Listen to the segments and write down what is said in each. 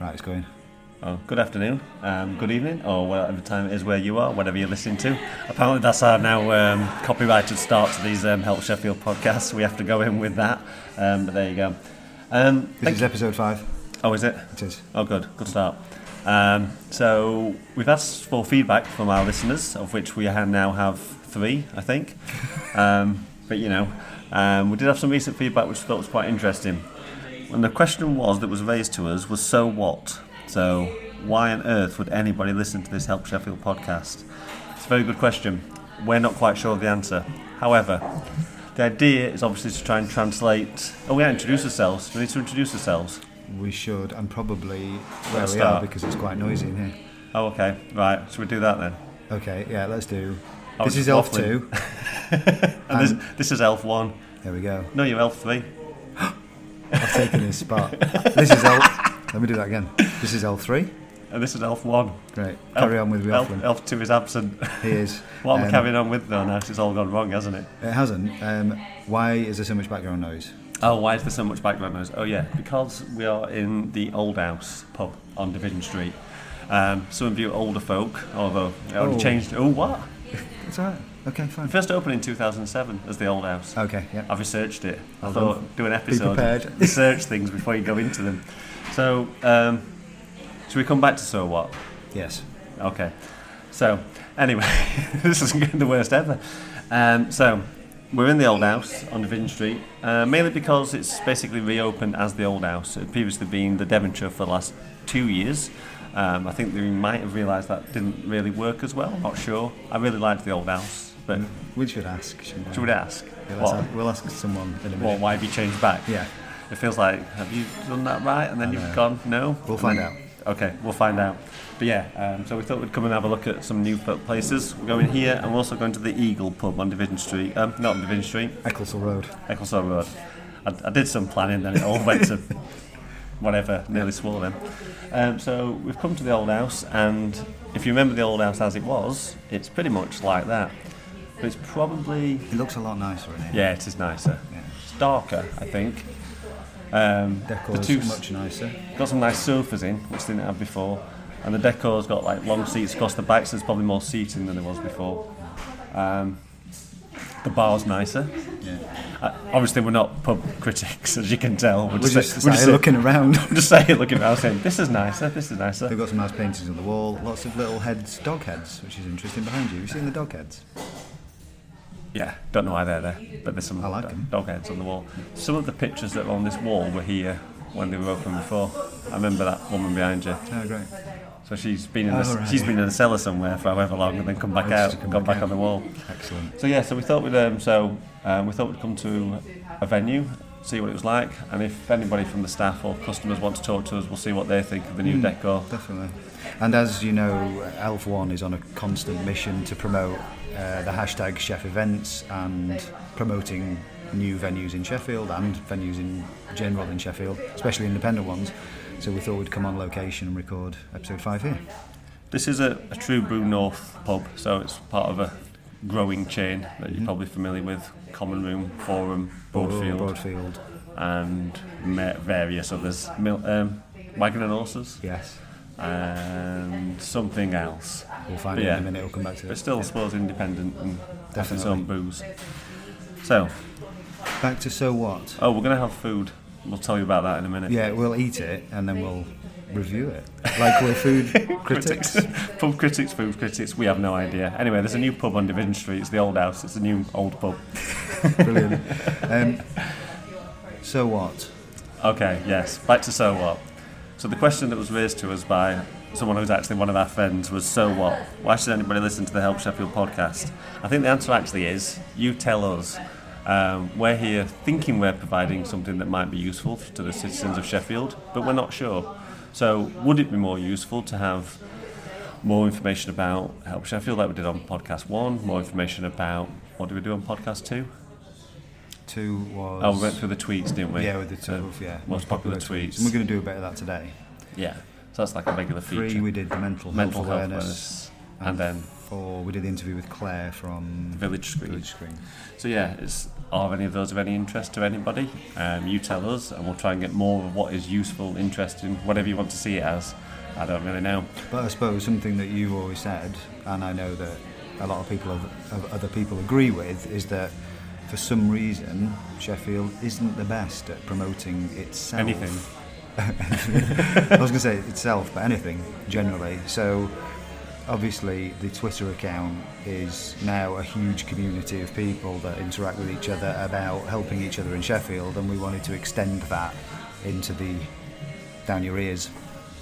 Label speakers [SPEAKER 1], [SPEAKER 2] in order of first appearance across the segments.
[SPEAKER 1] Right, it's going.
[SPEAKER 2] Oh, good afternoon, um, good evening, or whatever time it is where you are, whatever you're listening to. Apparently, that's our now um, copyrighted start to these um, Help Sheffield podcasts. We have to go in with that. Um, but there you go. Um,
[SPEAKER 1] This
[SPEAKER 2] thank-
[SPEAKER 1] is episode five.
[SPEAKER 2] oh, is it?
[SPEAKER 1] It is.
[SPEAKER 2] Oh, good. Good start. Um, so we've asked for feedback from our listeners, of which we ha- now have three, I think. Um, but you know, um, we did have some recent feedback, which I thought was quite interesting. And the question was that was raised to us was, "So what?" So why on earth would anybody listen to this Help Sheffield podcast? It's a very good question. We're not quite sure of the answer. However, the idea is obviously to try and translate. Oh, we yeah, introduce ourselves. We need to introduce ourselves.
[SPEAKER 1] We should, and probably where
[SPEAKER 2] Let's
[SPEAKER 1] we
[SPEAKER 2] start.
[SPEAKER 1] are because it's quite noisy in here.
[SPEAKER 2] Oh, okay. Right. Should we do that then?
[SPEAKER 1] Okay, yeah, let's do.
[SPEAKER 2] I was
[SPEAKER 1] this is Elf
[SPEAKER 2] waffling.
[SPEAKER 1] 2.
[SPEAKER 2] And this, this is Elf 1.
[SPEAKER 1] There we go.
[SPEAKER 2] No, you're Elf 3.
[SPEAKER 1] I've taken his spot. This is Elf. Let me do that again. This is L3.
[SPEAKER 2] And this is Elf 1.
[SPEAKER 1] Great.
[SPEAKER 2] Elf,
[SPEAKER 1] Carry on with
[SPEAKER 2] Elf,
[SPEAKER 1] Rioflin.
[SPEAKER 2] Elf 2 is absent.
[SPEAKER 1] He is.
[SPEAKER 2] what am I
[SPEAKER 1] Um,
[SPEAKER 2] carrying on with though now? 'Cause It's all gone wrong, hasn't it?
[SPEAKER 1] It hasn't. Um, why is there so much background noise?
[SPEAKER 2] Oh, why is there so much background noise? Oh, yeah, because we are in the Old House pub on Division Street. Um, some of you older folk, although it only
[SPEAKER 1] Oh.
[SPEAKER 2] changed. Oh, what?
[SPEAKER 1] It's all right. Okay, fine.
[SPEAKER 2] First opened in 2007 as the Old House.
[SPEAKER 1] Okay, yeah.
[SPEAKER 2] I've researched it. I
[SPEAKER 1] Well
[SPEAKER 2] thought
[SPEAKER 1] done.
[SPEAKER 2] do an episode.
[SPEAKER 1] prepared.
[SPEAKER 2] Research things before you go into them. So, um, should we come back to so what?
[SPEAKER 1] Yes.
[SPEAKER 2] Okay. So, anyway, this is the worst ever. Um, so, we're in the old house on Division Street, uh, mainly because it's basically reopened as the old house. It had previously been the Devonshire for the last two years. Um, I think they might have realised that didn't really work as well. I'm not sure. I really liked the old house, but
[SPEAKER 1] We should ask. shouldn't we?
[SPEAKER 2] should we ask?
[SPEAKER 1] Mm. Yeah, let's
[SPEAKER 2] What?
[SPEAKER 1] ask- We'll ask someone in a
[SPEAKER 2] Well,
[SPEAKER 1] minute.
[SPEAKER 2] why have you changed back?
[SPEAKER 1] Yeah,
[SPEAKER 2] It feels like, have you done that right? And then you've
[SPEAKER 1] know.
[SPEAKER 2] gone, no?
[SPEAKER 1] we'll find out.
[SPEAKER 2] Okay, we'll find out. But yeah, um, so we thought we'd come and have a look at some new pl- places. We're going here, and we're also going to the Eagle Pub on Division Street. Um, not on Division Street,
[SPEAKER 1] Ecclesall Road.
[SPEAKER 2] Ecclesall Road. I, I did some planning, then it all went to whatever, nearly swore them. Um, so we've come to the old house, and if you remember the old house as it was, it's pretty much like that. But it's probably
[SPEAKER 1] It looks a lot nicer in here.
[SPEAKER 2] yeah, it is nicer.
[SPEAKER 1] Yeah.
[SPEAKER 2] It's darker, I think. Um, the
[SPEAKER 1] Decor's
[SPEAKER 2] two
[SPEAKER 1] much nicer.
[SPEAKER 2] got some nice sofas in, which they didn't have before, and the decor's got like long seats across the back, so there's probably more seating than there was before. Um, the bar's nicer.
[SPEAKER 1] Yeah.
[SPEAKER 2] Uh, obviously, we're not pub critics, as you can tell. We're
[SPEAKER 1] We're
[SPEAKER 2] just,
[SPEAKER 1] just,
[SPEAKER 2] we're
[SPEAKER 1] sat
[SPEAKER 2] just,
[SPEAKER 1] here looking around.
[SPEAKER 2] we're just saying, looking around, saying this is nicer, this is nicer.
[SPEAKER 1] They've got some nice paintings on the wall. Lots of little heads, dog heads, which is interesting behind you. Have you seen the dog heads?
[SPEAKER 2] Yeah, don't know why they're there, but there's some
[SPEAKER 1] I like
[SPEAKER 2] do-
[SPEAKER 1] 'em.
[SPEAKER 2] dog heads on the wall. Some of the pictures that were on this wall were here when they were open before. I remember that woman behind you.
[SPEAKER 1] Oh, great.
[SPEAKER 2] So she's been in the,
[SPEAKER 1] Oh, right.
[SPEAKER 2] she's been in the cellar somewhere for however long, and then come back
[SPEAKER 1] Oh, just
[SPEAKER 2] out,
[SPEAKER 1] to
[SPEAKER 2] and
[SPEAKER 1] come
[SPEAKER 2] gone
[SPEAKER 1] back
[SPEAKER 2] back
[SPEAKER 1] out.
[SPEAKER 2] on the wall.
[SPEAKER 1] Excellent.
[SPEAKER 2] So yeah, so we thought we'd um, so um, we thought we'd come to a venue, see what it was like, and if anybody from the staff or customers want to talk to us, we'll see what they think of the new decor.
[SPEAKER 1] Definitely. And as you know, Elf One is on a constant mission to promote uh, the hashtag Chef events and promoting new venues in Sheffield and venues in general in Sheffield, especially independent ones. So we thought we'd come on location and record episode five here.
[SPEAKER 2] This is a, a true Brew North pub, so it's part of a growing chain that you're probably familiar with: Common Room, Forum, Broadfield,
[SPEAKER 1] Broadfield.
[SPEAKER 2] and ma- various others. Mil- um, Wagon and horses,
[SPEAKER 1] Yes.
[SPEAKER 2] and something else.
[SPEAKER 1] We'll find
[SPEAKER 2] But
[SPEAKER 1] it
[SPEAKER 2] yeah.
[SPEAKER 1] in a minute. We'll come back to
[SPEAKER 2] But
[SPEAKER 1] it.
[SPEAKER 2] still, I suppose independent and has its
[SPEAKER 1] Definitely.
[SPEAKER 2] own booze. So,
[SPEAKER 1] Back to so what?
[SPEAKER 2] oh, we're gonna have food. We'll tell you about that in a minute.
[SPEAKER 1] Yeah, we'll eat it and then we'll review it like we're food critics.
[SPEAKER 2] pub critics, food critics. We have no idea. Anyway, there's a new pub on Division Street. It's the old house. It's a new old pub.
[SPEAKER 1] Brilliant. Um, so what?
[SPEAKER 2] Okay, yes. Back to so what. So the question that was raised to us by someone who's actually one of our friends was so what? Why should anybody listen to the Help Sheffield podcast? I think the answer actually is you tell us. Um, we're here thinking we're providing something that might be useful to the citizens of Sheffield, but we're not sure. So would it be more useful to have more information about Help Sheffield like we did on podcast one, more information about what do we do on podcast two?
[SPEAKER 1] Two was.
[SPEAKER 2] Oh, we went through the tweets, didn't we?
[SPEAKER 1] Yeah, with the two,
[SPEAKER 2] Uh,
[SPEAKER 1] of- yeah.
[SPEAKER 2] most popular tweets.
[SPEAKER 1] And we're going to do a bit of that today.
[SPEAKER 2] Yeah, so that's like a regular feature.
[SPEAKER 1] Three, we did the mental,
[SPEAKER 2] mental
[SPEAKER 1] health
[SPEAKER 2] health
[SPEAKER 1] awareness,
[SPEAKER 2] awareness.
[SPEAKER 3] and then
[SPEAKER 1] Or we did the interview with Claire from
[SPEAKER 3] Village Screen.
[SPEAKER 1] Village Screen.
[SPEAKER 3] So yeah, it's are any of those of any interest to anybody? Um, you tell us, and we'll try and get more of what is useful, interesting, whatever you want to see it as. I don't really know.
[SPEAKER 1] But I suppose something that you've always said, and I know that a lot of people of, of other people agree with, is that for some reason Sheffield isn't the best at promoting itself.
[SPEAKER 3] Anything.
[SPEAKER 1] I was going to say itself, but anything generally. So obviously the Twitter account is now a huge community of people that interact with each other about helping each other in Sheffield, and we wanted to extend that into the down your ears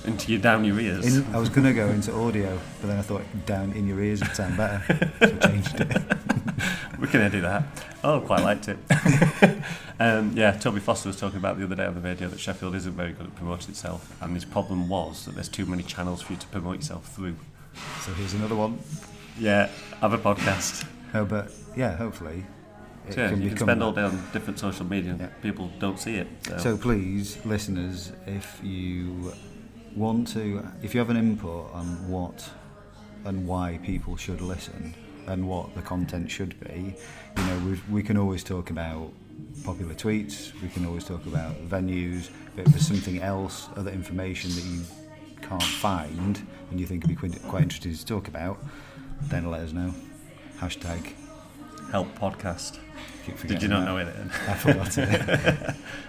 [SPEAKER 3] Into your down your ears.
[SPEAKER 1] in, I was going to go into audio, but then I thought down in your ears would sound better. So I changed it.
[SPEAKER 3] we can edit that. Oh, quite liked it. um, yeah, Toby Foster was talking about the other day on the radio that Sheffield isn't very good at promoting itself, and his problem was that there's too many channels for you to promote yourself through.
[SPEAKER 1] So here's another one.
[SPEAKER 3] Yeah, have a podcast.
[SPEAKER 1] No, but yeah, hopefully. It
[SPEAKER 3] yeah, you can
[SPEAKER 1] become
[SPEAKER 3] spend
[SPEAKER 1] that.
[SPEAKER 3] all day on different social media, and
[SPEAKER 1] Yeah.
[SPEAKER 3] people don't see it. So,
[SPEAKER 1] So please, listeners, if you want to, if you have an input on what and why people should listen and what the content should be, you know, we we can always talk about popular tweets. We can always talk about venues. But if there's something else, other information that you can't find and you think would be quite, quite interesting to talk about, then let us know. Hashtag.
[SPEAKER 3] help podcast.
[SPEAKER 1] Keep forgetting
[SPEAKER 3] Did you not
[SPEAKER 1] that.
[SPEAKER 3] know it? Then?
[SPEAKER 1] I forgot it.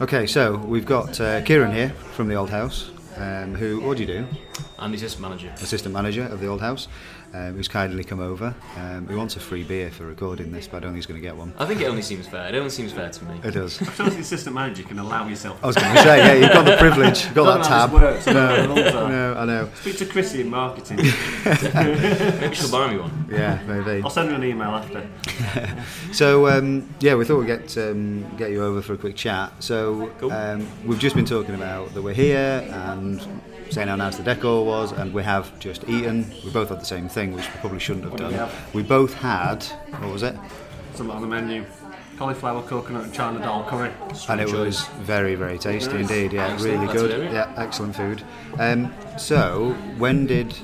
[SPEAKER 1] okay, so we've got uh, Kieran here from the old house, um, who, what do you do?
[SPEAKER 4] I'm the assistant manager.
[SPEAKER 1] Assistant manager of the old house, um, who's kindly come over. Um, he wants a free beer for recording this, but I don't think he's going to get one.
[SPEAKER 4] I think it only seems fair. It only seems fair to me.
[SPEAKER 1] It does.
[SPEAKER 3] I suppose the assistant manager can allow yourself.
[SPEAKER 1] I was going to say, yeah, you've got the privilege, you've got
[SPEAKER 3] Don't
[SPEAKER 1] that tab.
[SPEAKER 3] know how this works.
[SPEAKER 1] No, no, I know.
[SPEAKER 3] Speak to Chrissy in marketing.
[SPEAKER 4] Maybe she'll borrow me one.
[SPEAKER 1] Yeah, maybe.
[SPEAKER 3] I'll send her an email after.
[SPEAKER 1] So um, yeah, we thought we'd get um, get you over for a quick chat. So
[SPEAKER 4] Cool.
[SPEAKER 1] um, we've just been talking about that we're here and saying how nice the decor was, and we have just eaten. We both had the same thing, which we probably shouldn't have
[SPEAKER 3] What did
[SPEAKER 1] done.
[SPEAKER 3] we have?
[SPEAKER 1] we both had what was it?
[SPEAKER 3] Something on the menu. Cauliflower, coconut, and China dal curry.
[SPEAKER 1] and it
[SPEAKER 4] choice.
[SPEAKER 1] was very very tasty
[SPEAKER 3] Nice.
[SPEAKER 1] indeed. Yeah,
[SPEAKER 4] Excellent,
[SPEAKER 1] really
[SPEAKER 4] that's
[SPEAKER 1] good.
[SPEAKER 4] very-
[SPEAKER 1] Yeah, excellent food. Um, so when did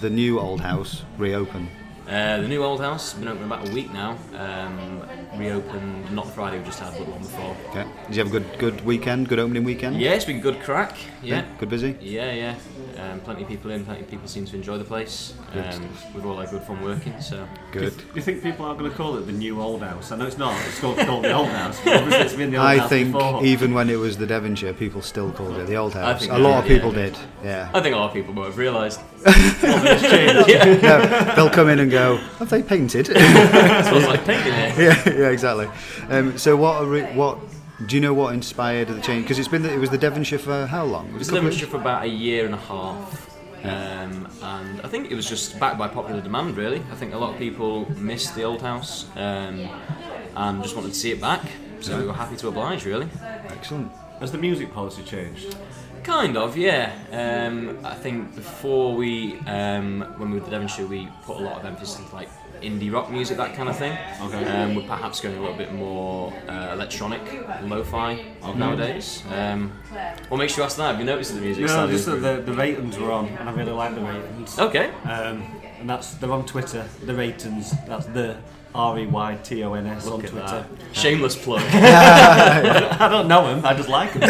[SPEAKER 1] the new old house reopen?
[SPEAKER 4] Uh, the new old house, been open about a week now. Um, reopened, not the Friday we just had, but the one before.
[SPEAKER 1] Okay. Did you have a good good weekend? Good opening weekend?
[SPEAKER 4] Yeah, it's been good crack. Yeah.
[SPEAKER 1] Good busy.
[SPEAKER 4] Yeah, yeah. Um, plenty of people in, plenty of people seem to enjoy the place. Um, we've all had good fun working, so.
[SPEAKER 1] Good.
[SPEAKER 3] Do you think people are going to call it the new old house? I know it's not. It's called, called the old house. But obviously it's been the old
[SPEAKER 1] I
[SPEAKER 3] house
[SPEAKER 1] think
[SPEAKER 3] before.
[SPEAKER 1] even when it was the Devonshire, people still called it the old
[SPEAKER 4] I
[SPEAKER 1] house.
[SPEAKER 4] think
[SPEAKER 1] A
[SPEAKER 4] they
[SPEAKER 1] lot of
[SPEAKER 4] did,
[SPEAKER 1] people
[SPEAKER 4] yeah.
[SPEAKER 1] did. Yeah,
[SPEAKER 4] I think a lot of people might have realised.
[SPEAKER 1] they'll come in and go, "Have they painted?"
[SPEAKER 4] It's almost like painting it.
[SPEAKER 1] yeah, yeah, exactly. Um, so what? Are we, what? Do you know what inspired the change? Because it's been the, it was the Devonshire for how long? It
[SPEAKER 4] It was
[SPEAKER 1] a couple of-
[SPEAKER 4] Devonshire for about a year and a half. Um, and I think it was just backed by popular demand, really. I think a lot of people missed the old house um, and just wanted to see it back. So we were happy to oblige, really.
[SPEAKER 1] Excellent.
[SPEAKER 3] Has the music policy changed?
[SPEAKER 4] Kind of, yeah. Um, I think before we, um, when we were with Devonshire, we put a lot of emphasis into like indie rock music, that kind of thing.
[SPEAKER 3] Okay.
[SPEAKER 4] Um, we're perhaps going a little bit more uh, electronic, lo-fi nowadays. Um, what makes you ask that? Have you noticed that the music?
[SPEAKER 2] No,
[SPEAKER 4] standards
[SPEAKER 2] just that the, the ratings were on, and I really like the ratings.
[SPEAKER 4] Okay.
[SPEAKER 2] Um, and that's they're on Twitter. The ratings. That's the R E Y T O N S on
[SPEAKER 4] at
[SPEAKER 2] Twitter.
[SPEAKER 4] Shameless plug.
[SPEAKER 2] I don't know them. I just like them.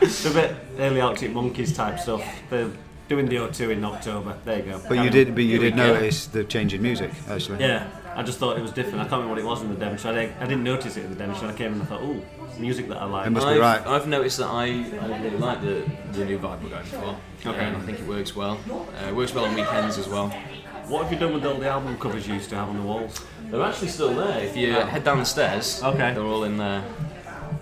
[SPEAKER 2] they're a bit early Arctic Monkeys type stuff. They're doing the O2 in October. There you go.
[SPEAKER 1] But you
[SPEAKER 2] Carry
[SPEAKER 1] did,
[SPEAKER 2] on.
[SPEAKER 1] but you
[SPEAKER 4] Here we
[SPEAKER 1] did
[SPEAKER 4] go.
[SPEAKER 1] notice the change in music actually.
[SPEAKER 2] Yeah. I just thought it was different. I can't remember what it was in the Devonshire. I didn't, I didn't notice it in the Devonshire. I came and I thought, ooh, music that I like.
[SPEAKER 1] It must be
[SPEAKER 4] I've,
[SPEAKER 1] right.
[SPEAKER 4] I've noticed that I, I really like the, the new vibe we're going for.
[SPEAKER 2] Okay.
[SPEAKER 4] Um, I think it works well. Uh, it works well on weekends as well.
[SPEAKER 2] What have you done with all the album covers you used to have on the walls?
[SPEAKER 4] They're actually still there. If you uh, head down the stairs,
[SPEAKER 2] Okay.
[SPEAKER 4] they're all in there.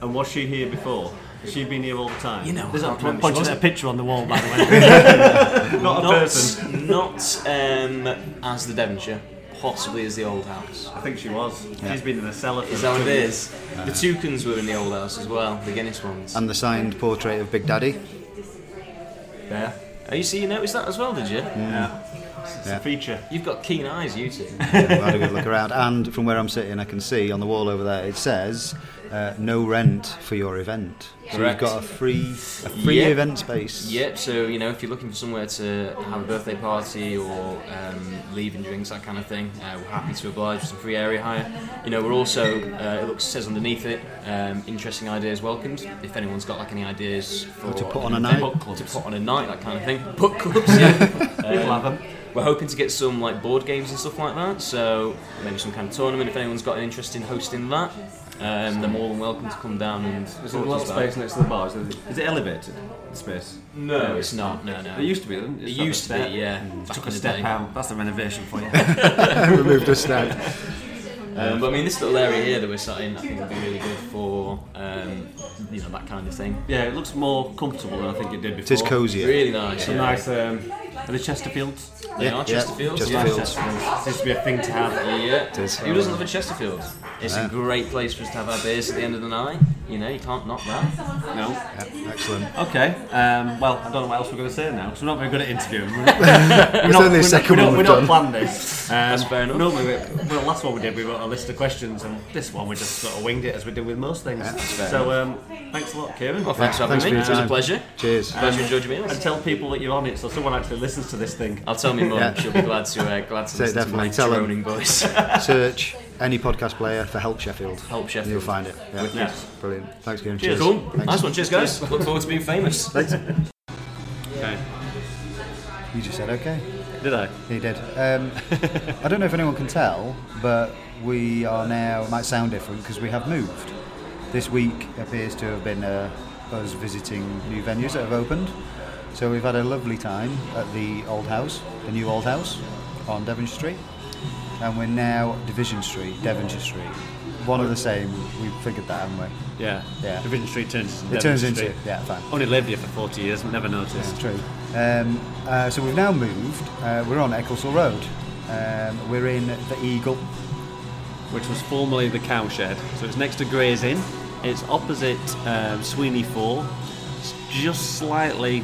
[SPEAKER 2] And was she here before? Has she been here all the time?
[SPEAKER 4] You know, I
[SPEAKER 2] There's
[SPEAKER 4] can't
[SPEAKER 2] a,
[SPEAKER 4] remember.
[SPEAKER 2] pointing
[SPEAKER 4] She
[SPEAKER 2] at a
[SPEAKER 4] wasn't-
[SPEAKER 2] picture on the wall, by the way. Not a person.
[SPEAKER 4] not um, as the Devonshire, possibly as the old house.
[SPEAKER 2] I think she was. She's been in a cellar for
[SPEAKER 4] Is that what it is? The Toucans were in the old house as well, the Guinness ones.
[SPEAKER 1] And the signed portrait of Big Daddy.
[SPEAKER 2] Yeah.
[SPEAKER 4] Oh, you see, you noticed that as well, did you?
[SPEAKER 2] yeah. It's
[SPEAKER 1] Yeah.
[SPEAKER 2] a feature.
[SPEAKER 4] You've got keen eyes, you two.
[SPEAKER 1] I had a good look around, and from where I'm sitting, I can see on the wall over there it says uh, no rent for your event. So
[SPEAKER 4] Correct.
[SPEAKER 1] you've got a free, a free
[SPEAKER 4] Yeah.
[SPEAKER 1] event space.
[SPEAKER 4] Yep. So you know, if you're looking for somewhere to have a birthday party or um, leaving drinks, that kind of thing, uh, we're happy to oblige with some free area hire. You know, we're also uh, it looks says underneath it, um, interesting ideas welcomed. If anyone's got like any ideas for
[SPEAKER 1] to put on a
[SPEAKER 4] an
[SPEAKER 1] night.
[SPEAKER 4] event, to put on a night, that kind of thing. Book clubs. Yeah.
[SPEAKER 2] We'll have
[SPEAKER 4] Um,
[SPEAKER 2] 'em.
[SPEAKER 4] we're hoping to get some like board games and stuff like that. So maybe some kind of tournament. If anyone's got an interest in hosting that, um, they're more than welcome to come down and.
[SPEAKER 2] There's a
[SPEAKER 4] talk to
[SPEAKER 2] lot of
[SPEAKER 4] us about it.
[SPEAKER 2] space next to the bar. Is it, is it elevated? The space.
[SPEAKER 4] No, it's not. No, no.
[SPEAKER 2] It used to be. Didn't it?
[SPEAKER 4] It
[SPEAKER 2] It's not
[SPEAKER 4] used
[SPEAKER 2] a
[SPEAKER 4] to
[SPEAKER 2] step. Mm.
[SPEAKER 4] be, yeah. Back
[SPEAKER 2] Took
[SPEAKER 4] in
[SPEAKER 2] a
[SPEAKER 4] the
[SPEAKER 2] step
[SPEAKER 4] day.
[SPEAKER 2] out. That's the renovation for you.
[SPEAKER 1] Removed a step.
[SPEAKER 4] Um, but I mean, this little area here that we're sat in, I think would be really good for um, you know that kind of thing.
[SPEAKER 2] yeah, it looks more comfortable than I think it did before.
[SPEAKER 1] It is cosier.
[SPEAKER 4] Oh, Really nice.
[SPEAKER 2] Some
[SPEAKER 4] yeah.
[SPEAKER 2] nice. Um, are they Chesterfields?
[SPEAKER 4] They
[SPEAKER 1] Yeah, yeah,
[SPEAKER 4] are Chesterfields.
[SPEAKER 1] Chesterfields.
[SPEAKER 4] yeah.
[SPEAKER 1] Fields.
[SPEAKER 2] Seems to be a thing to have.
[SPEAKER 4] Yeah.
[SPEAKER 1] is.
[SPEAKER 4] Who doesn't love a Chesterfield? It's a great place for us to have our beers at the end of the night. You know, you can't knock that.
[SPEAKER 2] No.
[SPEAKER 1] Yeah, excellent.
[SPEAKER 2] Okay. Um, well, I don't know what else we're going to say now because we're not very good at interviewing. We're
[SPEAKER 1] It's only the second
[SPEAKER 2] we
[SPEAKER 1] one
[SPEAKER 2] don't, we
[SPEAKER 1] we've
[SPEAKER 2] don't
[SPEAKER 1] done.
[SPEAKER 2] plan this. Um, That's
[SPEAKER 4] fair enough.
[SPEAKER 2] Normally, we, well, last one we did, we wrote a list of questions, and this one we just sort of winged it as we do with most things. so, um, thanks a lot, Kieran.
[SPEAKER 4] Well, thanks for having
[SPEAKER 1] thanks
[SPEAKER 4] me.
[SPEAKER 1] for your
[SPEAKER 4] it was a
[SPEAKER 1] time.
[SPEAKER 4] pleasure.
[SPEAKER 1] Cheers.
[SPEAKER 4] Pleasure to judge me.
[SPEAKER 2] and tell people that you're on it, so someone actually listens to this thing.
[SPEAKER 4] I'll tell my mum.
[SPEAKER 1] Yeah.
[SPEAKER 4] She'll be glad to uh, glad to
[SPEAKER 1] Say
[SPEAKER 4] listen to
[SPEAKER 1] definitely,
[SPEAKER 4] my
[SPEAKER 1] tell 'em.
[SPEAKER 4] droning voice.
[SPEAKER 1] Search any podcast player for Help Sheffield.
[SPEAKER 4] Help Sheffield.
[SPEAKER 1] You'll find it. Yeah.
[SPEAKER 2] Yes.
[SPEAKER 1] Brilliant. Thanks, Kieran. Cheers.
[SPEAKER 4] cool.
[SPEAKER 1] Thanks.
[SPEAKER 4] Nice one. Cheers, guys. Look forward to being famous.
[SPEAKER 2] Okay.
[SPEAKER 1] You just said okay.
[SPEAKER 2] Did I?
[SPEAKER 1] He did. Um, I don't know if anyone can tell, but we are now, it might sound different because we have moved. This week appears to have been uh, us visiting new venues that have opened. So we've had a lovely time at the old house, the new old house on Devonshire Street. And we're now Division Street, Devonshire Street. One of the same, we figured that, haven't we?
[SPEAKER 2] Yeah.
[SPEAKER 1] Yeah.
[SPEAKER 2] Division Street turns into
[SPEAKER 1] It turns into, yeah, fine.
[SPEAKER 2] Only lived here for 40 years, never noticed.
[SPEAKER 1] It's true. Um, uh, so we've now moved. Uh, we're on Ecclesall Road. Um, we're in the Eagle.
[SPEAKER 2] which was formerly the cowshed. So it's next to Gray's Inn. It's opposite um, Sweeney Fall. It's just slightly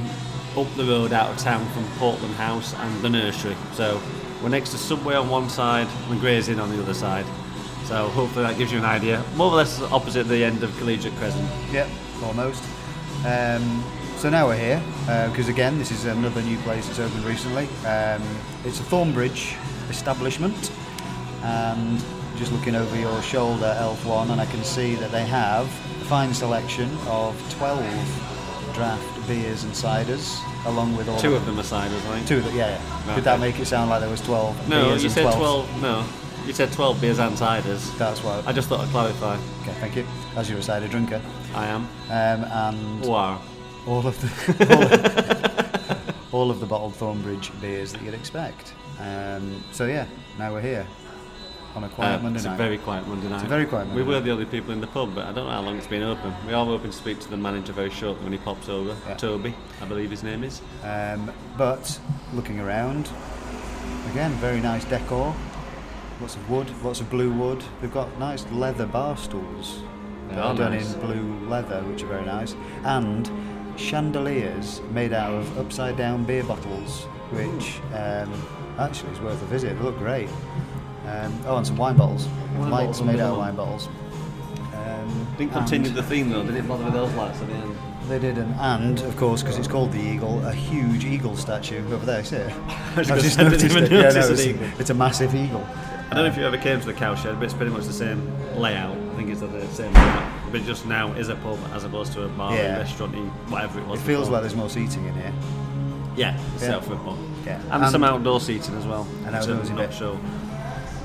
[SPEAKER 2] up the road out of town from Portland House and the nursery. So we're next to Subway on one side and Gray's Inn on the other side. So hopefully that gives you an idea. More or less opposite the end of Collegiate Crescent.
[SPEAKER 1] Yep, almost. Um, so now we're here because again, this is another new place that's opened recently. Um, it's a Thornbridge establishment, and just looking over your shoulder, Elf One, and I can see that they have a fine selection of twelve draft beers and ciders, along with all
[SPEAKER 2] Two of them are ciders, I think.
[SPEAKER 1] Two of them, yeah. yeah.
[SPEAKER 2] Okay.
[SPEAKER 1] Did that make it sound like there was twelve?
[SPEAKER 2] No,
[SPEAKER 1] beers
[SPEAKER 2] you
[SPEAKER 1] and
[SPEAKER 2] said
[SPEAKER 1] 12?
[SPEAKER 2] 12. No, you said 12 beers and ciders.
[SPEAKER 1] That's why.
[SPEAKER 2] I just thought I'd clarify.
[SPEAKER 1] Okay, thank you. As you're a cider drinker,
[SPEAKER 2] I am.
[SPEAKER 1] um, and
[SPEAKER 2] Wow.
[SPEAKER 1] all of the all of, all of the bottled Thornbridge beers that you'd expect. Um, so yeah, now we're here on a quiet
[SPEAKER 2] Uh,
[SPEAKER 1] Monday
[SPEAKER 2] it's
[SPEAKER 1] night.
[SPEAKER 2] a very quiet Monday night.
[SPEAKER 1] very quiet Monday
[SPEAKER 2] We were
[SPEAKER 1] night.
[SPEAKER 2] the only people in the pub, but I don't know how long it's been open. We are hoping to speak to the manager very shortly when he pops over.
[SPEAKER 1] Yeah.
[SPEAKER 2] Toby, I believe his name is.
[SPEAKER 1] um, but looking around, again, very nice decor. Lots of wood, lots of blue wood. They've got nice leather bar stools.
[SPEAKER 2] They
[SPEAKER 1] that
[SPEAKER 2] are
[SPEAKER 1] done
[SPEAKER 2] Ah, nice.
[SPEAKER 1] in blue leather, which are very nice, and chandeliers made out of upside down beer bottles, which um, actually is worth a visit. They look great. Um, oh, and some wine bottles.
[SPEAKER 2] Wine
[SPEAKER 1] Lights
[SPEAKER 2] bottles on
[SPEAKER 1] made
[SPEAKER 2] the
[SPEAKER 1] out of
[SPEAKER 2] wall.
[SPEAKER 1] wine bottles. Um,
[SPEAKER 2] Didn't continue
[SPEAKER 1] and-
[SPEAKER 2] the theme though. Didn't bother with those lights at the end.
[SPEAKER 1] they did, and, and of course, because it's called the Eagle, a huge eagle statue over there. See it?
[SPEAKER 2] was gonna say, I didn't even
[SPEAKER 1] Yeah,
[SPEAKER 2] notice
[SPEAKER 1] no,
[SPEAKER 2] an
[SPEAKER 1] it's,
[SPEAKER 2] eagle.
[SPEAKER 1] it's a massive eagle.
[SPEAKER 2] I don't know if you ever came to the cowshed, but it's pretty much the same layout. I think it's the same layout, but it just now is a pub as opposed to a bar,
[SPEAKER 1] Yeah.
[SPEAKER 2] restaurant, whatever it was.
[SPEAKER 1] It feels
[SPEAKER 2] before.
[SPEAKER 1] like there's more seating in here.
[SPEAKER 2] Yeah, it's
[SPEAKER 1] Yeah.
[SPEAKER 2] set up for a pub.
[SPEAKER 1] Yeah.
[SPEAKER 2] And,
[SPEAKER 1] And-
[SPEAKER 2] some outdoor seating as well.
[SPEAKER 1] And
[SPEAKER 2] which
[SPEAKER 1] outdoors
[SPEAKER 2] I'm
[SPEAKER 1] a
[SPEAKER 2] not
[SPEAKER 1] bit.
[SPEAKER 2] sure.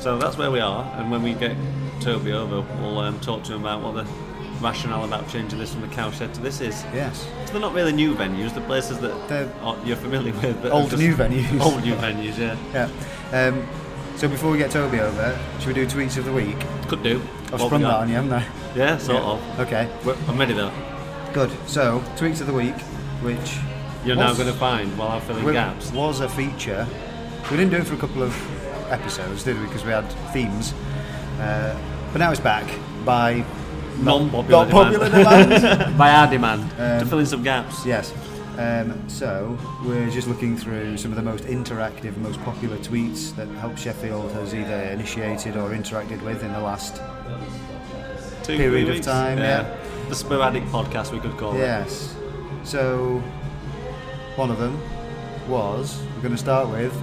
[SPEAKER 2] So that's where we are, and when we get Toby over, we'll um, talk to him about what the rationale about changing this from the cowshed to this is.
[SPEAKER 1] Yes.
[SPEAKER 2] So they're not really new venues, the places that
[SPEAKER 1] They're
[SPEAKER 2] are, you're familiar with. that are
[SPEAKER 1] old
[SPEAKER 2] just
[SPEAKER 1] new venues.
[SPEAKER 2] Old new venues, yeah.
[SPEAKER 1] Yeah. Um, so before we get Toby over, should we do tweets of the week?
[SPEAKER 2] Could do.
[SPEAKER 1] I've
[SPEAKER 2] What we
[SPEAKER 1] sprung that
[SPEAKER 2] got?
[SPEAKER 1] on you, haven't I?
[SPEAKER 2] Yeah, sort of.
[SPEAKER 1] Okay.
[SPEAKER 2] We're, I'm ready though.
[SPEAKER 1] Good. So tweets of the week, which
[SPEAKER 2] You're
[SPEAKER 1] was-
[SPEAKER 2] now going to find while I'm filling
[SPEAKER 1] wa-
[SPEAKER 2] gaps.
[SPEAKER 1] was a feature. We didn't do it for a couple of episodes, did we? Because we had themes. Uh, but now it's back by
[SPEAKER 2] Non
[SPEAKER 1] not
[SPEAKER 2] popular
[SPEAKER 1] popular demand.
[SPEAKER 2] By our demand
[SPEAKER 1] Um,
[SPEAKER 2] to fill in some gaps.
[SPEAKER 1] Yes. Um, so we're just looking through some of the most interactive, most popular tweets that Help Sheffield has either initiated or interacted with in the last
[SPEAKER 2] two
[SPEAKER 1] period
[SPEAKER 2] three
[SPEAKER 1] of
[SPEAKER 2] weeks.
[SPEAKER 1] time, yeah.
[SPEAKER 2] the sporadic podcast we could call it.
[SPEAKER 1] Yes. So, one of them was we're going to start with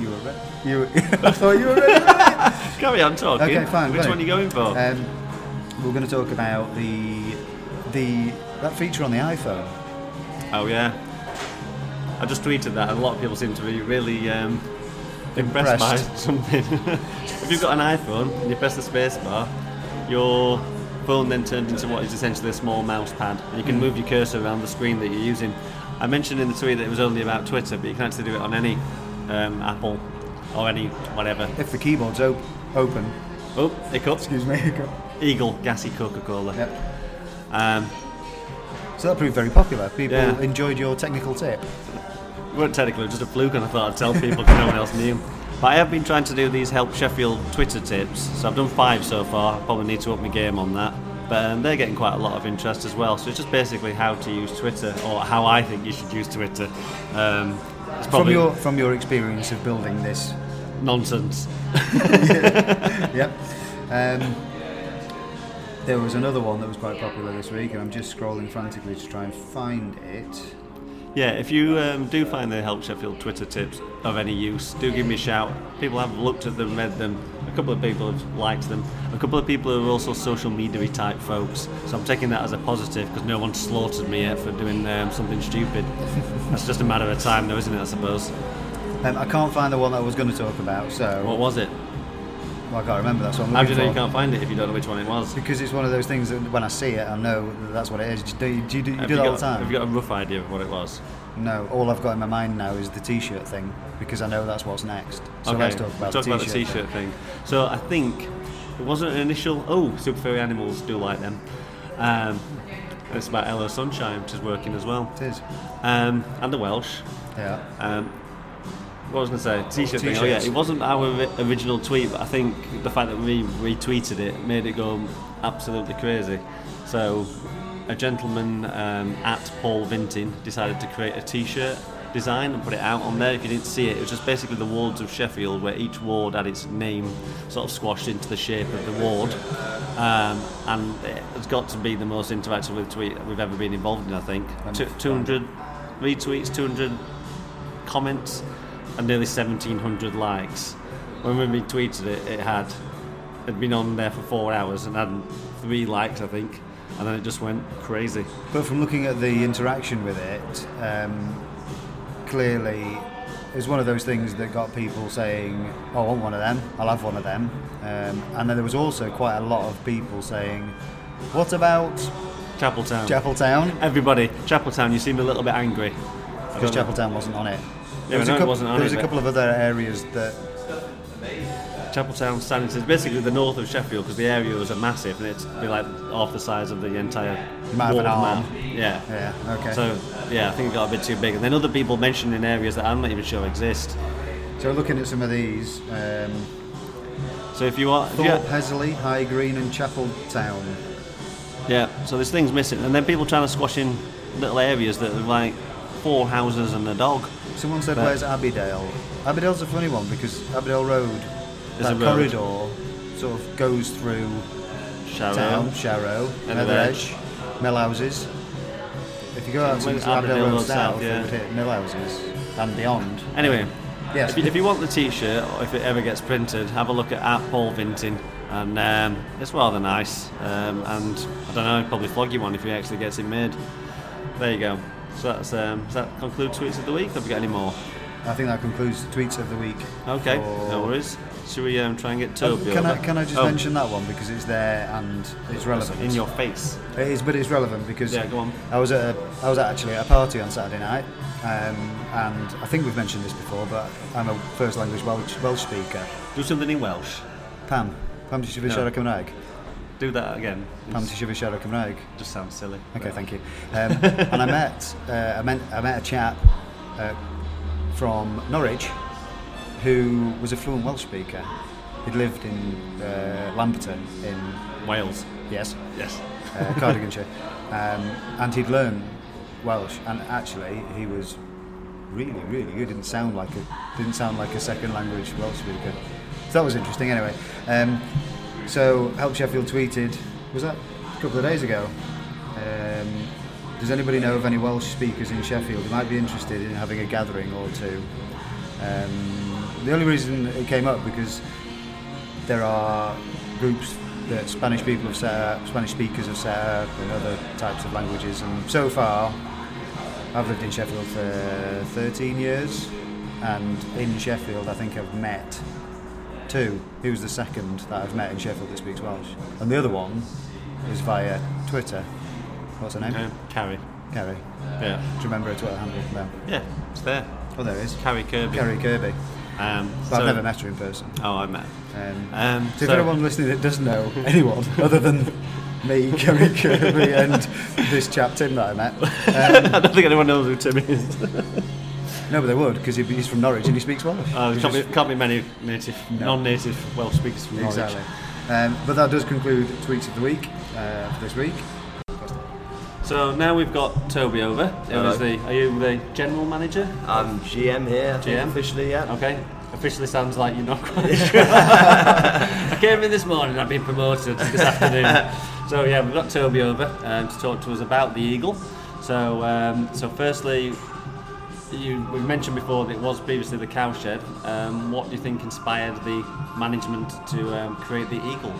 [SPEAKER 1] you were ready. You, I thought you were ready.
[SPEAKER 2] Carry on talking.
[SPEAKER 1] Okay, fine,
[SPEAKER 2] Which
[SPEAKER 1] right.
[SPEAKER 2] one are you going for?
[SPEAKER 1] um, we're going to talk about the the that feature on the iPhone.
[SPEAKER 2] oh yeah, I just tweeted that, and a lot of people seem to be really um, impressed, by
[SPEAKER 1] Impressed.
[SPEAKER 2] something. if you've got an iPhone and you press the space bar, your phone then turns into what is essentially a small mouse pad, and
[SPEAKER 1] Mm.
[SPEAKER 2] you can move your cursor around the screen that you're using. I mentioned in the tweet that it was only about Twitter, but you can actually do it on any um, Apple or any whatever.
[SPEAKER 1] If the keyboard's op- open,
[SPEAKER 2] Oh, hiccup.
[SPEAKER 1] excuse me.
[SPEAKER 2] Eagle, gassy Coca-Cola.
[SPEAKER 1] Yep.
[SPEAKER 2] Um,
[SPEAKER 1] So that proved very popular. People
[SPEAKER 2] Yeah.
[SPEAKER 1] enjoyed your technical tip.
[SPEAKER 2] It weren't technically, it was just a fluke, and I thought I'd tell people because no one else knew. But I have been trying to do these Help Sheffield Twitter tips, so I've done five so far. I probably need to up my game on that. But um, they're getting quite a lot of interest as well. So it's just basically how to use Twitter, or how I think you should use Twitter. Um, it's
[SPEAKER 1] From
[SPEAKER 2] probably
[SPEAKER 1] your from your experience of building this.
[SPEAKER 2] nonsense.
[SPEAKER 1] yep. Um, there was another one that was quite popular this week, and I'm just scrolling frantically to try and find it.
[SPEAKER 2] Yeah, if you um, do find the Help Sheffield Twitter tips of any use, do give me a shout. People have looked at them, read them. A couple of people have liked them. A couple of people are also social media type folks. So I'm taking that as a positive because no one slaughtered me yet for doing um, something stupid. That's just a matter of time, though, isn't it? I suppose.
[SPEAKER 1] Um, I can't find the one that I was going to talk about, so
[SPEAKER 2] What was it?
[SPEAKER 1] well, I can't remember. That's what I'm
[SPEAKER 2] Oh. How do
[SPEAKER 1] looking
[SPEAKER 2] you know you
[SPEAKER 1] for.
[SPEAKER 2] can't find it if you don't know which one it was?
[SPEAKER 1] Because it's one of those things that when I see it, I know that that's what it is. Do you, do you, do, you
[SPEAKER 2] Have
[SPEAKER 1] do that
[SPEAKER 2] got,
[SPEAKER 1] all the time?
[SPEAKER 2] Have you got a rough idea of what it was?
[SPEAKER 1] no, all I've got in my mind now is the T-shirt thing because I know that's what's next. So let's talk about,
[SPEAKER 2] talk
[SPEAKER 1] the,
[SPEAKER 2] about
[SPEAKER 1] t-shirt
[SPEAKER 2] the t-shirt thing. So I think it wasn't an initial. Oh, super furry animals do like them. Um, it's about Hello Sunshine, which is working as well,
[SPEAKER 1] It is.
[SPEAKER 2] um, and the Welsh.
[SPEAKER 1] Yeah.
[SPEAKER 2] Um, what was I going to say? T-shirt thing. Oh yeah,
[SPEAKER 1] T-shirts.
[SPEAKER 2] it wasn't our ri- original tweet, but I think the fact that we retweeted it made it go absolutely crazy. So, a gentleman um, at Paul Vintin decided to create a T-shirt design and put it out on there. If you didn't see it, it was just basically the wards of Sheffield, where each ward had its name sort of squashed into the shape of the ward. Um, and it has got to be the most interactive with tweet we've ever been involved in, I think. Two- 200 retweets, 200 comments and nearly 1700 likes. When we retweeted it, it had had been on there for four hours and had three likes, I think, and then it just went crazy.
[SPEAKER 1] But from looking at the interaction with it, um, clearly it was one of those things that got people saying, oh, I want one of them, I'll have one of them. Um, and then there was also quite a lot of people saying, what about
[SPEAKER 2] Chapel Town.
[SPEAKER 1] Chapel Town?
[SPEAKER 2] Everybody, Chapel Town, you seem a little bit angry.
[SPEAKER 1] Because Chapel Town wasn't on it.
[SPEAKER 2] Yeah,
[SPEAKER 1] was
[SPEAKER 2] I
[SPEAKER 1] a
[SPEAKER 2] know it
[SPEAKER 1] coup-
[SPEAKER 2] wasn't on
[SPEAKER 1] there
[SPEAKER 2] it,
[SPEAKER 1] was a
[SPEAKER 2] but-
[SPEAKER 1] couple of other areas that
[SPEAKER 2] Chapel Town Sanitary is basically the north of Sheffield because the areas are massive and it's be like half the size of the entire
[SPEAKER 1] Might have an
[SPEAKER 2] ward
[SPEAKER 1] arm.
[SPEAKER 2] map. Yeah.
[SPEAKER 1] Yeah, okay.
[SPEAKER 2] So, yeah, I think it got a bit too big. And then other people mentioned in areas that I'm not even sure exist.
[SPEAKER 1] So looking at some of these, um,
[SPEAKER 2] So if you are. if
[SPEAKER 1] Thorpe,
[SPEAKER 2] you are-
[SPEAKER 1] Hesley, High Green, and Chapel Town.
[SPEAKER 2] Yeah, so this thing's missing. And then people trying to squash in little areas that are like four houses and a dog.
[SPEAKER 1] Someone said,
[SPEAKER 2] But-
[SPEAKER 1] "Where's Abbeydale?" Abbeydale's a funny one because Abbeydale Road,
[SPEAKER 2] There's
[SPEAKER 1] that
[SPEAKER 2] a road.
[SPEAKER 1] corridor, sort of goes through
[SPEAKER 2] Sharrow.
[SPEAKER 1] town, Sharrow,
[SPEAKER 2] Oh, And
[SPEAKER 1] Nether
[SPEAKER 2] Wedge.
[SPEAKER 1] Edge, Millhouses. If you go out to
[SPEAKER 2] Went
[SPEAKER 1] Abbeydale Road South,
[SPEAKER 2] yeah.
[SPEAKER 1] you would hit Millhouses and beyond.
[SPEAKER 2] Anyway,
[SPEAKER 1] Yes.
[SPEAKER 2] if, you, if you want the T-shirt or if it ever gets printed, have a look at, at Paul Vintin, and um, it's rather nice. Um, and I don't know, he'll probably flog you one if he actually gets it made. There you go. So that's um, does that conclude tweets of the week? Have we got any more?
[SPEAKER 1] I think that concludes the tweets of the week.
[SPEAKER 2] Okay,
[SPEAKER 1] for-
[SPEAKER 2] no worries. Should we um, try and get
[SPEAKER 1] Oh,
[SPEAKER 2] Toby?
[SPEAKER 1] Can I,
[SPEAKER 2] over?
[SPEAKER 1] can I just
[SPEAKER 2] Oh,
[SPEAKER 1] mention that one because it's there and it's relevant
[SPEAKER 2] in your face?
[SPEAKER 1] It is, but it's relevant because
[SPEAKER 2] Yeah, go on.
[SPEAKER 1] I was at a, I was actually at a party on Saturday night, um, and I think we've mentioned this before, but I'm a first language Welsh, Welsh speaker.
[SPEAKER 2] Do something in Welsh.
[SPEAKER 1] Pam, Pam ti siarad
[SPEAKER 2] No.
[SPEAKER 1] siarad Cymraeg?
[SPEAKER 2] Do that again.
[SPEAKER 1] Pam ti siarad siarad Cymraeg?
[SPEAKER 2] Just sounds silly.
[SPEAKER 1] Okay, thank you. Um, and I met uh, I met I met a chap uh, from Norwich who was a fluent Welsh speaker. He'd lived in uh, Lamberton in
[SPEAKER 2] Wales.
[SPEAKER 1] yes
[SPEAKER 2] Yes.
[SPEAKER 1] uh, Cardiganshire, um, and he'd learn Welsh. And actually, he was really, really good. Didn't sound like a didn't sound like a second language Welsh speaker. So that was interesting. Anyway, um, so Help Sheffield tweeted was that a couple of days ago? Um, does anybody know of any Welsh speakers in Sheffield who might be interested in having a gathering or two? Um, the only reason it came up because there are groups that Spanish people have set up, Spanish speakers have set up, and other types of languages. And so far, I've lived in Sheffield for 13 years, and in Sheffield, I think I've met two. He was the second that I've met in Sheffield that speaks Welsh, and the other one is via Twitter. What's her name?
[SPEAKER 2] Um, Carrie.
[SPEAKER 1] Carrie.
[SPEAKER 2] Yeah.
[SPEAKER 1] Do you remember her Twitter handle? No.
[SPEAKER 2] Yeah, it's there.
[SPEAKER 1] Oh, there it is.
[SPEAKER 2] Carrie Kirby.
[SPEAKER 1] Carrie Kirby.
[SPEAKER 2] Um,
[SPEAKER 1] But
[SPEAKER 2] so-
[SPEAKER 1] I've never met her in person.
[SPEAKER 2] Oh, I met.
[SPEAKER 1] Um,
[SPEAKER 2] Um,
[SPEAKER 1] so, if
[SPEAKER 2] so-
[SPEAKER 1] anyone listening that doesn't know anyone other than me, Kerry Kirby, and this chap Tim that I met, um,
[SPEAKER 2] I don't think anyone knows who Tim is.
[SPEAKER 1] no, but they would because he's from Norwich and he speaks Welsh.
[SPEAKER 2] Oh,
[SPEAKER 1] He
[SPEAKER 2] there can't,
[SPEAKER 1] just-
[SPEAKER 2] be, can't be many native,
[SPEAKER 1] No.
[SPEAKER 2] non-native Welsh speakers from Norwich.
[SPEAKER 1] exactly. Um, but that does conclude tweets of the week uh, for this week.
[SPEAKER 2] So now we've got Toby over. Who
[SPEAKER 5] Hello.
[SPEAKER 2] is the? Are you the general manager?
[SPEAKER 4] Um,
[SPEAKER 5] I'm GM here. I think,
[SPEAKER 2] GM?
[SPEAKER 5] officially, yeah.
[SPEAKER 2] Okay. Officially sounds like you're not quite sure. I came in this morning. I've been promoted this afternoon. So yeah, we've got Toby over um, to talk to us about the Eagle. So um, so firstly, you we mentioned before that it was previously the cowshed. Um, what do you think inspired the management to um, create the Eagle?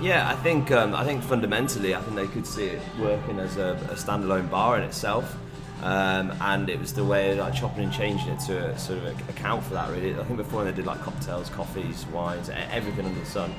[SPEAKER 5] Yeah, I think um, I think fundamentally, I think they could see it working as a, a standalone bar in itself, um, and it was the way like chopping and changing it to sort of account for that. Really, I think before they did like cocktails, coffees, wines, e- everything under the sun.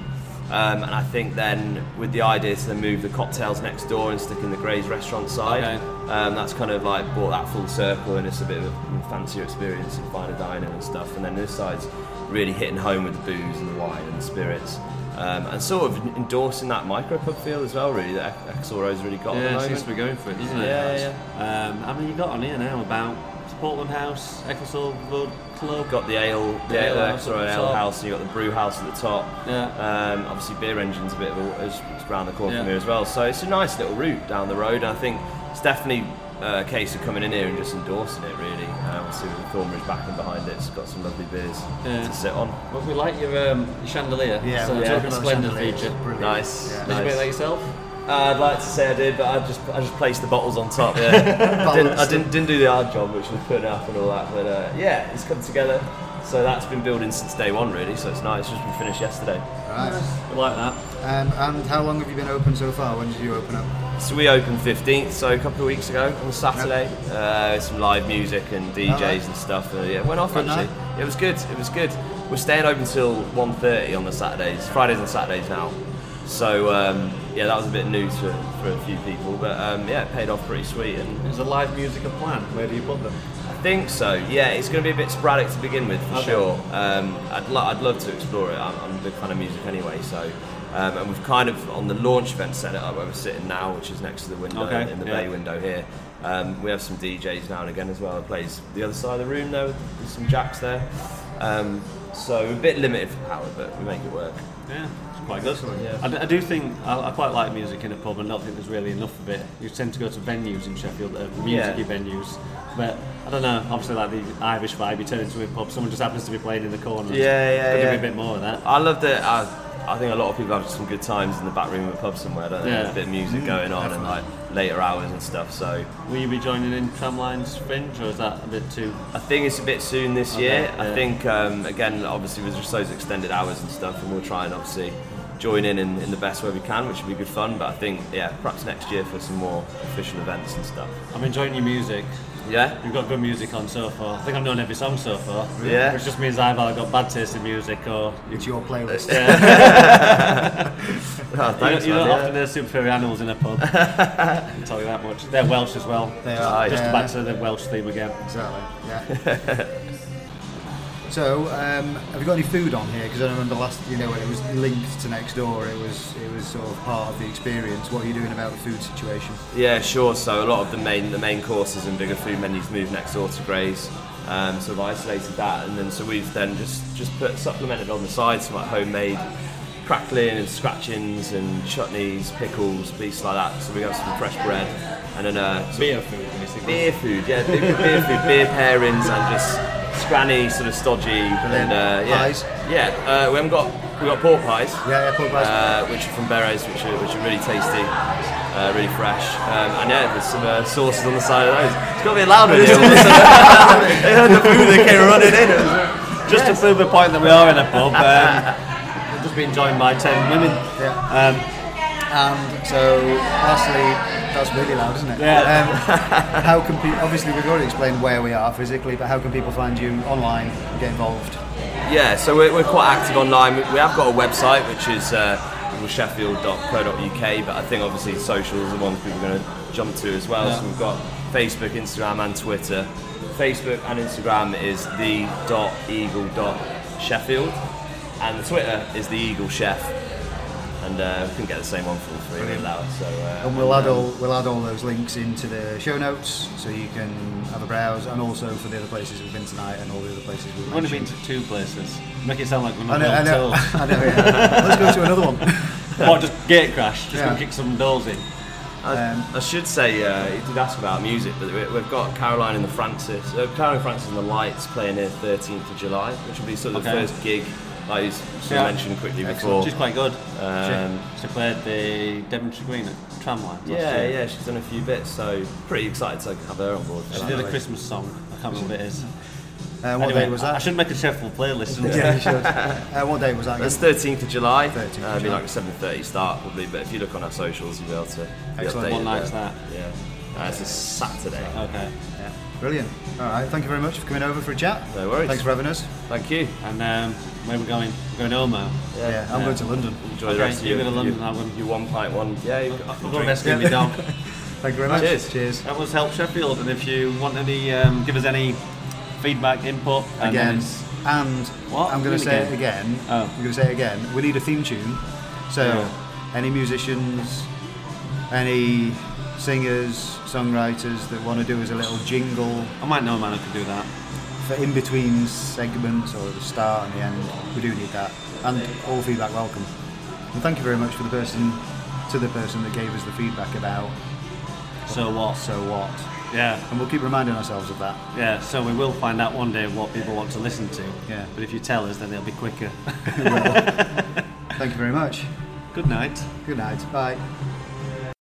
[SPEAKER 5] Um, and I think then with the idea to then move the cocktails next door and stick in the Grey's restaurant side,
[SPEAKER 2] Okay.
[SPEAKER 5] um, that's kind of like brought that full circle and it's a bit of a fancier experience and finer dining and stuff. And then this side's really hitting home with the booze and the wine and the spirits. Um, and sort of endorsing that micro pub feel as well, really, that XORO's really got
[SPEAKER 4] Yeah,
[SPEAKER 5] at
[SPEAKER 4] it
[SPEAKER 5] the
[SPEAKER 4] seems
[SPEAKER 5] moment.
[SPEAKER 4] to be going for it, doesn't it?
[SPEAKER 5] Yeah, yeah,
[SPEAKER 2] Um, how many you got on here now? About Portland House, Ecclesall Road Club.
[SPEAKER 5] Got the ale, the,
[SPEAKER 2] The
[SPEAKER 5] ale,
[SPEAKER 2] ale house
[SPEAKER 5] XORO
[SPEAKER 2] at the
[SPEAKER 5] ale
[SPEAKER 2] top.
[SPEAKER 5] house, and you got the brew house at the top.
[SPEAKER 2] Yeah.
[SPEAKER 5] Um, obviously, beer engine's a bit of a, is is around the corner
[SPEAKER 2] Yeah.
[SPEAKER 5] from here as well. So it's a nice little route down the road. And I think it's definitely uh, a case of coming in here and just endorsing it, really. Uh, obviously, with the Thornbridge backing behind it, it's got some lovely beers
[SPEAKER 2] Yeah.
[SPEAKER 5] to sit on.
[SPEAKER 2] Well, we like your, um, your chandelier.
[SPEAKER 1] Yeah,
[SPEAKER 2] so
[SPEAKER 1] we're
[SPEAKER 2] it's
[SPEAKER 5] talking
[SPEAKER 2] a
[SPEAKER 5] about
[SPEAKER 2] splendid
[SPEAKER 1] chandeliers.
[SPEAKER 2] feature.
[SPEAKER 5] Nice.
[SPEAKER 1] Yeah.
[SPEAKER 2] Did you make
[SPEAKER 5] nice.
[SPEAKER 2] that yourself?
[SPEAKER 5] Uh, I'd like to say I did, but I just I just placed the bottles on top. Yeah, I, didn't, I didn't didn't do the hard job, which was putting it up and all that. But uh, yeah, it's come together. So that's been building since day one, really. So it's nice. It's just been finished yesterday.
[SPEAKER 1] Right.
[SPEAKER 2] We like that.
[SPEAKER 1] Um, and how long have you been open so far? When did you open up?
[SPEAKER 5] So we opened 15th, so a couple of weeks ago on Saturday. Uh, some live music and DJs
[SPEAKER 1] Alright.
[SPEAKER 5] and stuff. Uh, yeah, it went off
[SPEAKER 1] Good
[SPEAKER 5] actually. It was good. It was good. We're staying open till 1:30 on the Saturdays, Fridays and Saturdays now. So um, yeah, that was a bit new to, for a few people, but um, yeah, it paid off pretty sweet and
[SPEAKER 2] Is the live music a plan? Where do you put them?
[SPEAKER 5] think so. Yeah, it's going to be a bit sporadic to begin with, for
[SPEAKER 2] Okay.
[SPEAKER 5] sure. Um, I'd, lo- I'd love to explore it. I'm, I'm a big fan of music anyway, so. Um, and we've kind of on the launch event set it up where we're sitting now, which is next to the window
[SPEAKER 2] Okay,
[SPEAKER 5] in the
[SPEAKER 2] yeah.
[SPEAKER 5] bay window here. Um, we have some DJs now and again as well. It plays the other side of the room there. There's some jacks there. Um, so a bit limited for power, but we make it work.
[SPEAKER 2] Yeah, it's quite good.
[SPEAKER 1] Excellent,
[SPEAKER 5] yeah.
[SPEAKER 2] I, d- I do think I, I quite like music in a pub, and I don't think there's really enough of it. You tend to go to venues in Sheffield, that are music
[SPEAKER 5] Yeah.
[SPEAKER 2] venues, but I don't know. Obviously, like the Irish vibe, you turn into a pub, someone just happens to be playing in the corner.
[SPEAKER 5] Yeah, yeah,
[SPEAKER 2] Could
[SPEAKER 5] yeah.
[SPEAKER 2] do a bit more of that.
[SPEAKER 5] I love that. I, I think a lot of people have some good times in the back room of a pub somewhere. Don't they?
[SPEAKER 2] Yeah. Mm-hmm.
[SPEAKER 5] There's a bit of music going on and like later hours and stuff. So
[SPEAKER 2] Will you be joining in Tramline's Fringe, or is that a bit too?
[SPEAKER 5] I think it's a bit soon this
[SPEAKER 2] Okay,
[SPEAKER 5] year.
[SPEAKER 2] yeah.
[SPEAKER 5] I think um, again, obviously, with just those extended hours and stuff, and we'll try and obviously join in, in in the best way we can, which will be good fun. But I think yeah, perhaps next year for some more official events and stuff.
[SPEAKER 2] I'm enjoying your music.
[SPEAKER 5] Yeah.
[SPEAKER 2] You've got good music on so far. I think I've known every song so far.
[SPEAKER 5] Yeah.
[SPEAKER 2] Which just means I've either got bad taste in music or.
[SPEAKER 1] It's your playlist.
[SPEAKER 2] Yeah.
[SPEAKER 5] Oh,
[SPEAKER 2] you
[SPEAKER 5] thanks,
[SPEAKER 2] don't, you don't
[SPEAKER 5] man, yeah.
[SPEAKER 2] often hear superior animals in a pub. I can tell you that much. They're Welsh as well.
[SPEAKER 1] They are,
[SPEAKER 2] Just
[SPEAKER 1] yeah.
[SPEAKER 2] back to the Welsh theme again.
[SPEAKER 1] Exactly. Yeah. so, um, have you got any food on here? Because I remember last, you know, when it was linked to next door, it was it was sort of part of the experience. What are you doing about the food situation?
[SPEAKER 5] Yeah, sure. So a lot of the main the main courses and bigger food menus move next door to Grays. Um, so I've isolated that, and then so we've then just just put supplemented on the side some like homemade crackling and scratchings and chutneys, pickles, pieces like that. So we have some fresh bread, and then uh, some
[SPEAKER 2] Beer food, basically.
[SPEAKER 5] beer food, yeah, big beer food, beer pairings, and just scranny, sort of stodgy, and uh, yeah,
[SPEAKER 1] Pies?
[SPEAKER 5] yeah. Uh, we haven't got we got pork pies.
[SPEAKER 1] Yeah, yeah, pork pies.
[SPEAKER 5] Uh, which are from Beres, which are which are really tasty, uh, really fresh. Um, and yeah, there's some uh, sauces on the side of those. It's got to be loud in here. all of a sudden. they heard the food, they came running in. It was-
[SPEAKER 2] Just to prove the point that we are in a pub, um, we've just been joined by 10 women. Um,
[SPEAKER 1] And so, lastly, that's really loud, isn't it?
[SPEAKER 2] Yeah.
[SPEAKER 1] Um, how can people? Obviously, we've already explained where we are physically, but how can people find you online and get involved?
[SPEAKER 5] Yeah, so we're, we're quite active online. We we have got a website which is uh, sheffield.co.uk, but I think obviously socials are the ones people are going to jump to as well. So we've got Facebook, Instagram, and Twitter. Facebook and Instagram is the dot eagle dot Sheffield, and the Twitter is the eagle chef. And uh, we can get the same one for free allowed. So uh,
[SPEAKER 1] And we'll add all we'll add all those links into the show notes, so you can have a browse, and also for the other places we've been tonight and all the other places we've
[SPEAKER 2] We've only been
[SPEAKER 1] mentioned.
[SPEAKER 2] to two places. Make it sound like we're
[SPEAKER 1] I
[SPEAKER 2] not
[SPEAKER 1] know, I
[SPEAKER 2] going
[SPEAKER 1] know,
[SPEAKER 2] to
[SPEAKER 1] I know, yeah. Let's go to another one. Uh,
[SPEAKER 2] Or just gate crash, just
[SPEAKER 1] Yeah.
[SPEAKER 2] go kick some doors in.
[SPEAKER 5] I,
[SPEAKER 1] Um,
[SPEAKER 5] I should say, uh, you did ask about music, but we, we've got Caroline and the Francis, uh, Caroline Francis and the Lights playing here 13th of July, which will be sort of the
[SPEAKER 2] Okay.
[SPEAKER 5] first gig, like you sort of
[SPEAKER 2] Yeah.
[SPEAKER 5] mentioned quickly before.
[SPEAKER 2] Which is quite good.
[SPEAKER 5] Um,
[SPEAKER 2] she played the Devonshire Green at Tramline. last
[SPEAKER 5] yeah,
[SPEAKER 2] year.
[SPEAKER 5] yeah, she's done a few bits, so pretty excited to have her on board. for
[SPEAKER 2] She
[SPEAKER 5] that.
[SPEAKER 2] did a Christmas song. I can't remember what it is.
[SPEAKER 1] Uh, what
[SPEAKER 2] Anyway,
[SPEAKER 1] day was
[SPEAKER 2] I- I
[SPEAKER 1] that?
[SPEAKER 2] should make a Sheffield playlist. shouldn't I?
[SPEAKER 1] Yeah, you should. Uh, what day was that?
[SPEAKER 5] That's
[SPEAKER 1] again?
[SPEAKER 5] 13th of July.
[SPEAKER 1] 13th of
[SPEAKER 5] uh, it'll be
[SPEAKER 1] July.
[SPEAKER 5] like a 7:30 start probably, but if you look on our socials, you'll be able to. be
[SPEAKER 1] Excellent.
[SPEAKER 5] updated
[SPEAKER 2] What night's
[SPEAKER 5] there.
[SPEAKER 2] that?
[SPEAKER 5] Yeah, uh, it's a Saturday.
[SPEAKER 2] Okay.
[SPEAKER 1] Brilliant. All right, thank you very much for coming over for a chat.
[SPEAKER 5] No worries.
[SPEAKER 1] Thanks for having us.
[SPEAKER 5] Thank you.
[SPEAKER 2] And um, where are we going? We're going home now.
[SPEAKER 1] Yeah, I'm going to London.
[SPEAKER 5] Enjoy
[SPEAKER 2] Okay,
[SPEAKER 5] the rest of
[SPEAKER 2] you
[SPEAKER 5] your,
[SPEAKER 2] go to London,
[SPEAKER 5] your,
[SPEAKER 2] I'll go-
[SPEAKER 5] your one pint one. Yeah, you've got-
[SPEAKER 2] I've got to rescue my dog.
[SPEAKER 1] Thank you very much.
[SPEAKER 5] Cheers.
[SPEAKER 1] Cheers.
[SPEAKER 2] That was Help Sheffield, and if you want any, um, give us any feedback, input. and
[SPEAKER 1] again.
[SPEAKER 2] it's-
[SPEAKER 1] And
[SPEAKER 2] What?
[SPEAKER 1] I'm going
[SPEAKER 2] Really
[SPEAKER 1] to say
[SPEAKER 2] again?
[SPEAKER 1] it again.
[SPEAKER 2] Oh.
[SPEAKER 1] I'm going to say it again. We need a theme tune. So, any musicians, any singers, songwriters that want to do us a little jingle
[SPEAKER 2] I might know a man who could do that.
[SPEAKER 1] for in between segments or the start and the end, we do need that. And all feedback welcome. And thank you very much for the person to the person that gave us the feedback about
[SPEAKER 2] So what?
[SPEAKER 1] so what.
[SPEAKER 2] Yeah.
[SPEAKER 1] And we'll keep reminding ourselves of that.
[SPEAKER 2] Yeah, so we will find out one day what people want to listen to.
[SPEAKER 1] Yeah.
[SPEAKER 2] But if you tell us, then it'll be quicker.
[SPEAKER 1] Thank you very much.
[SPEAKER 2] Good night.
[SPEAKER 1] Good night. Bye.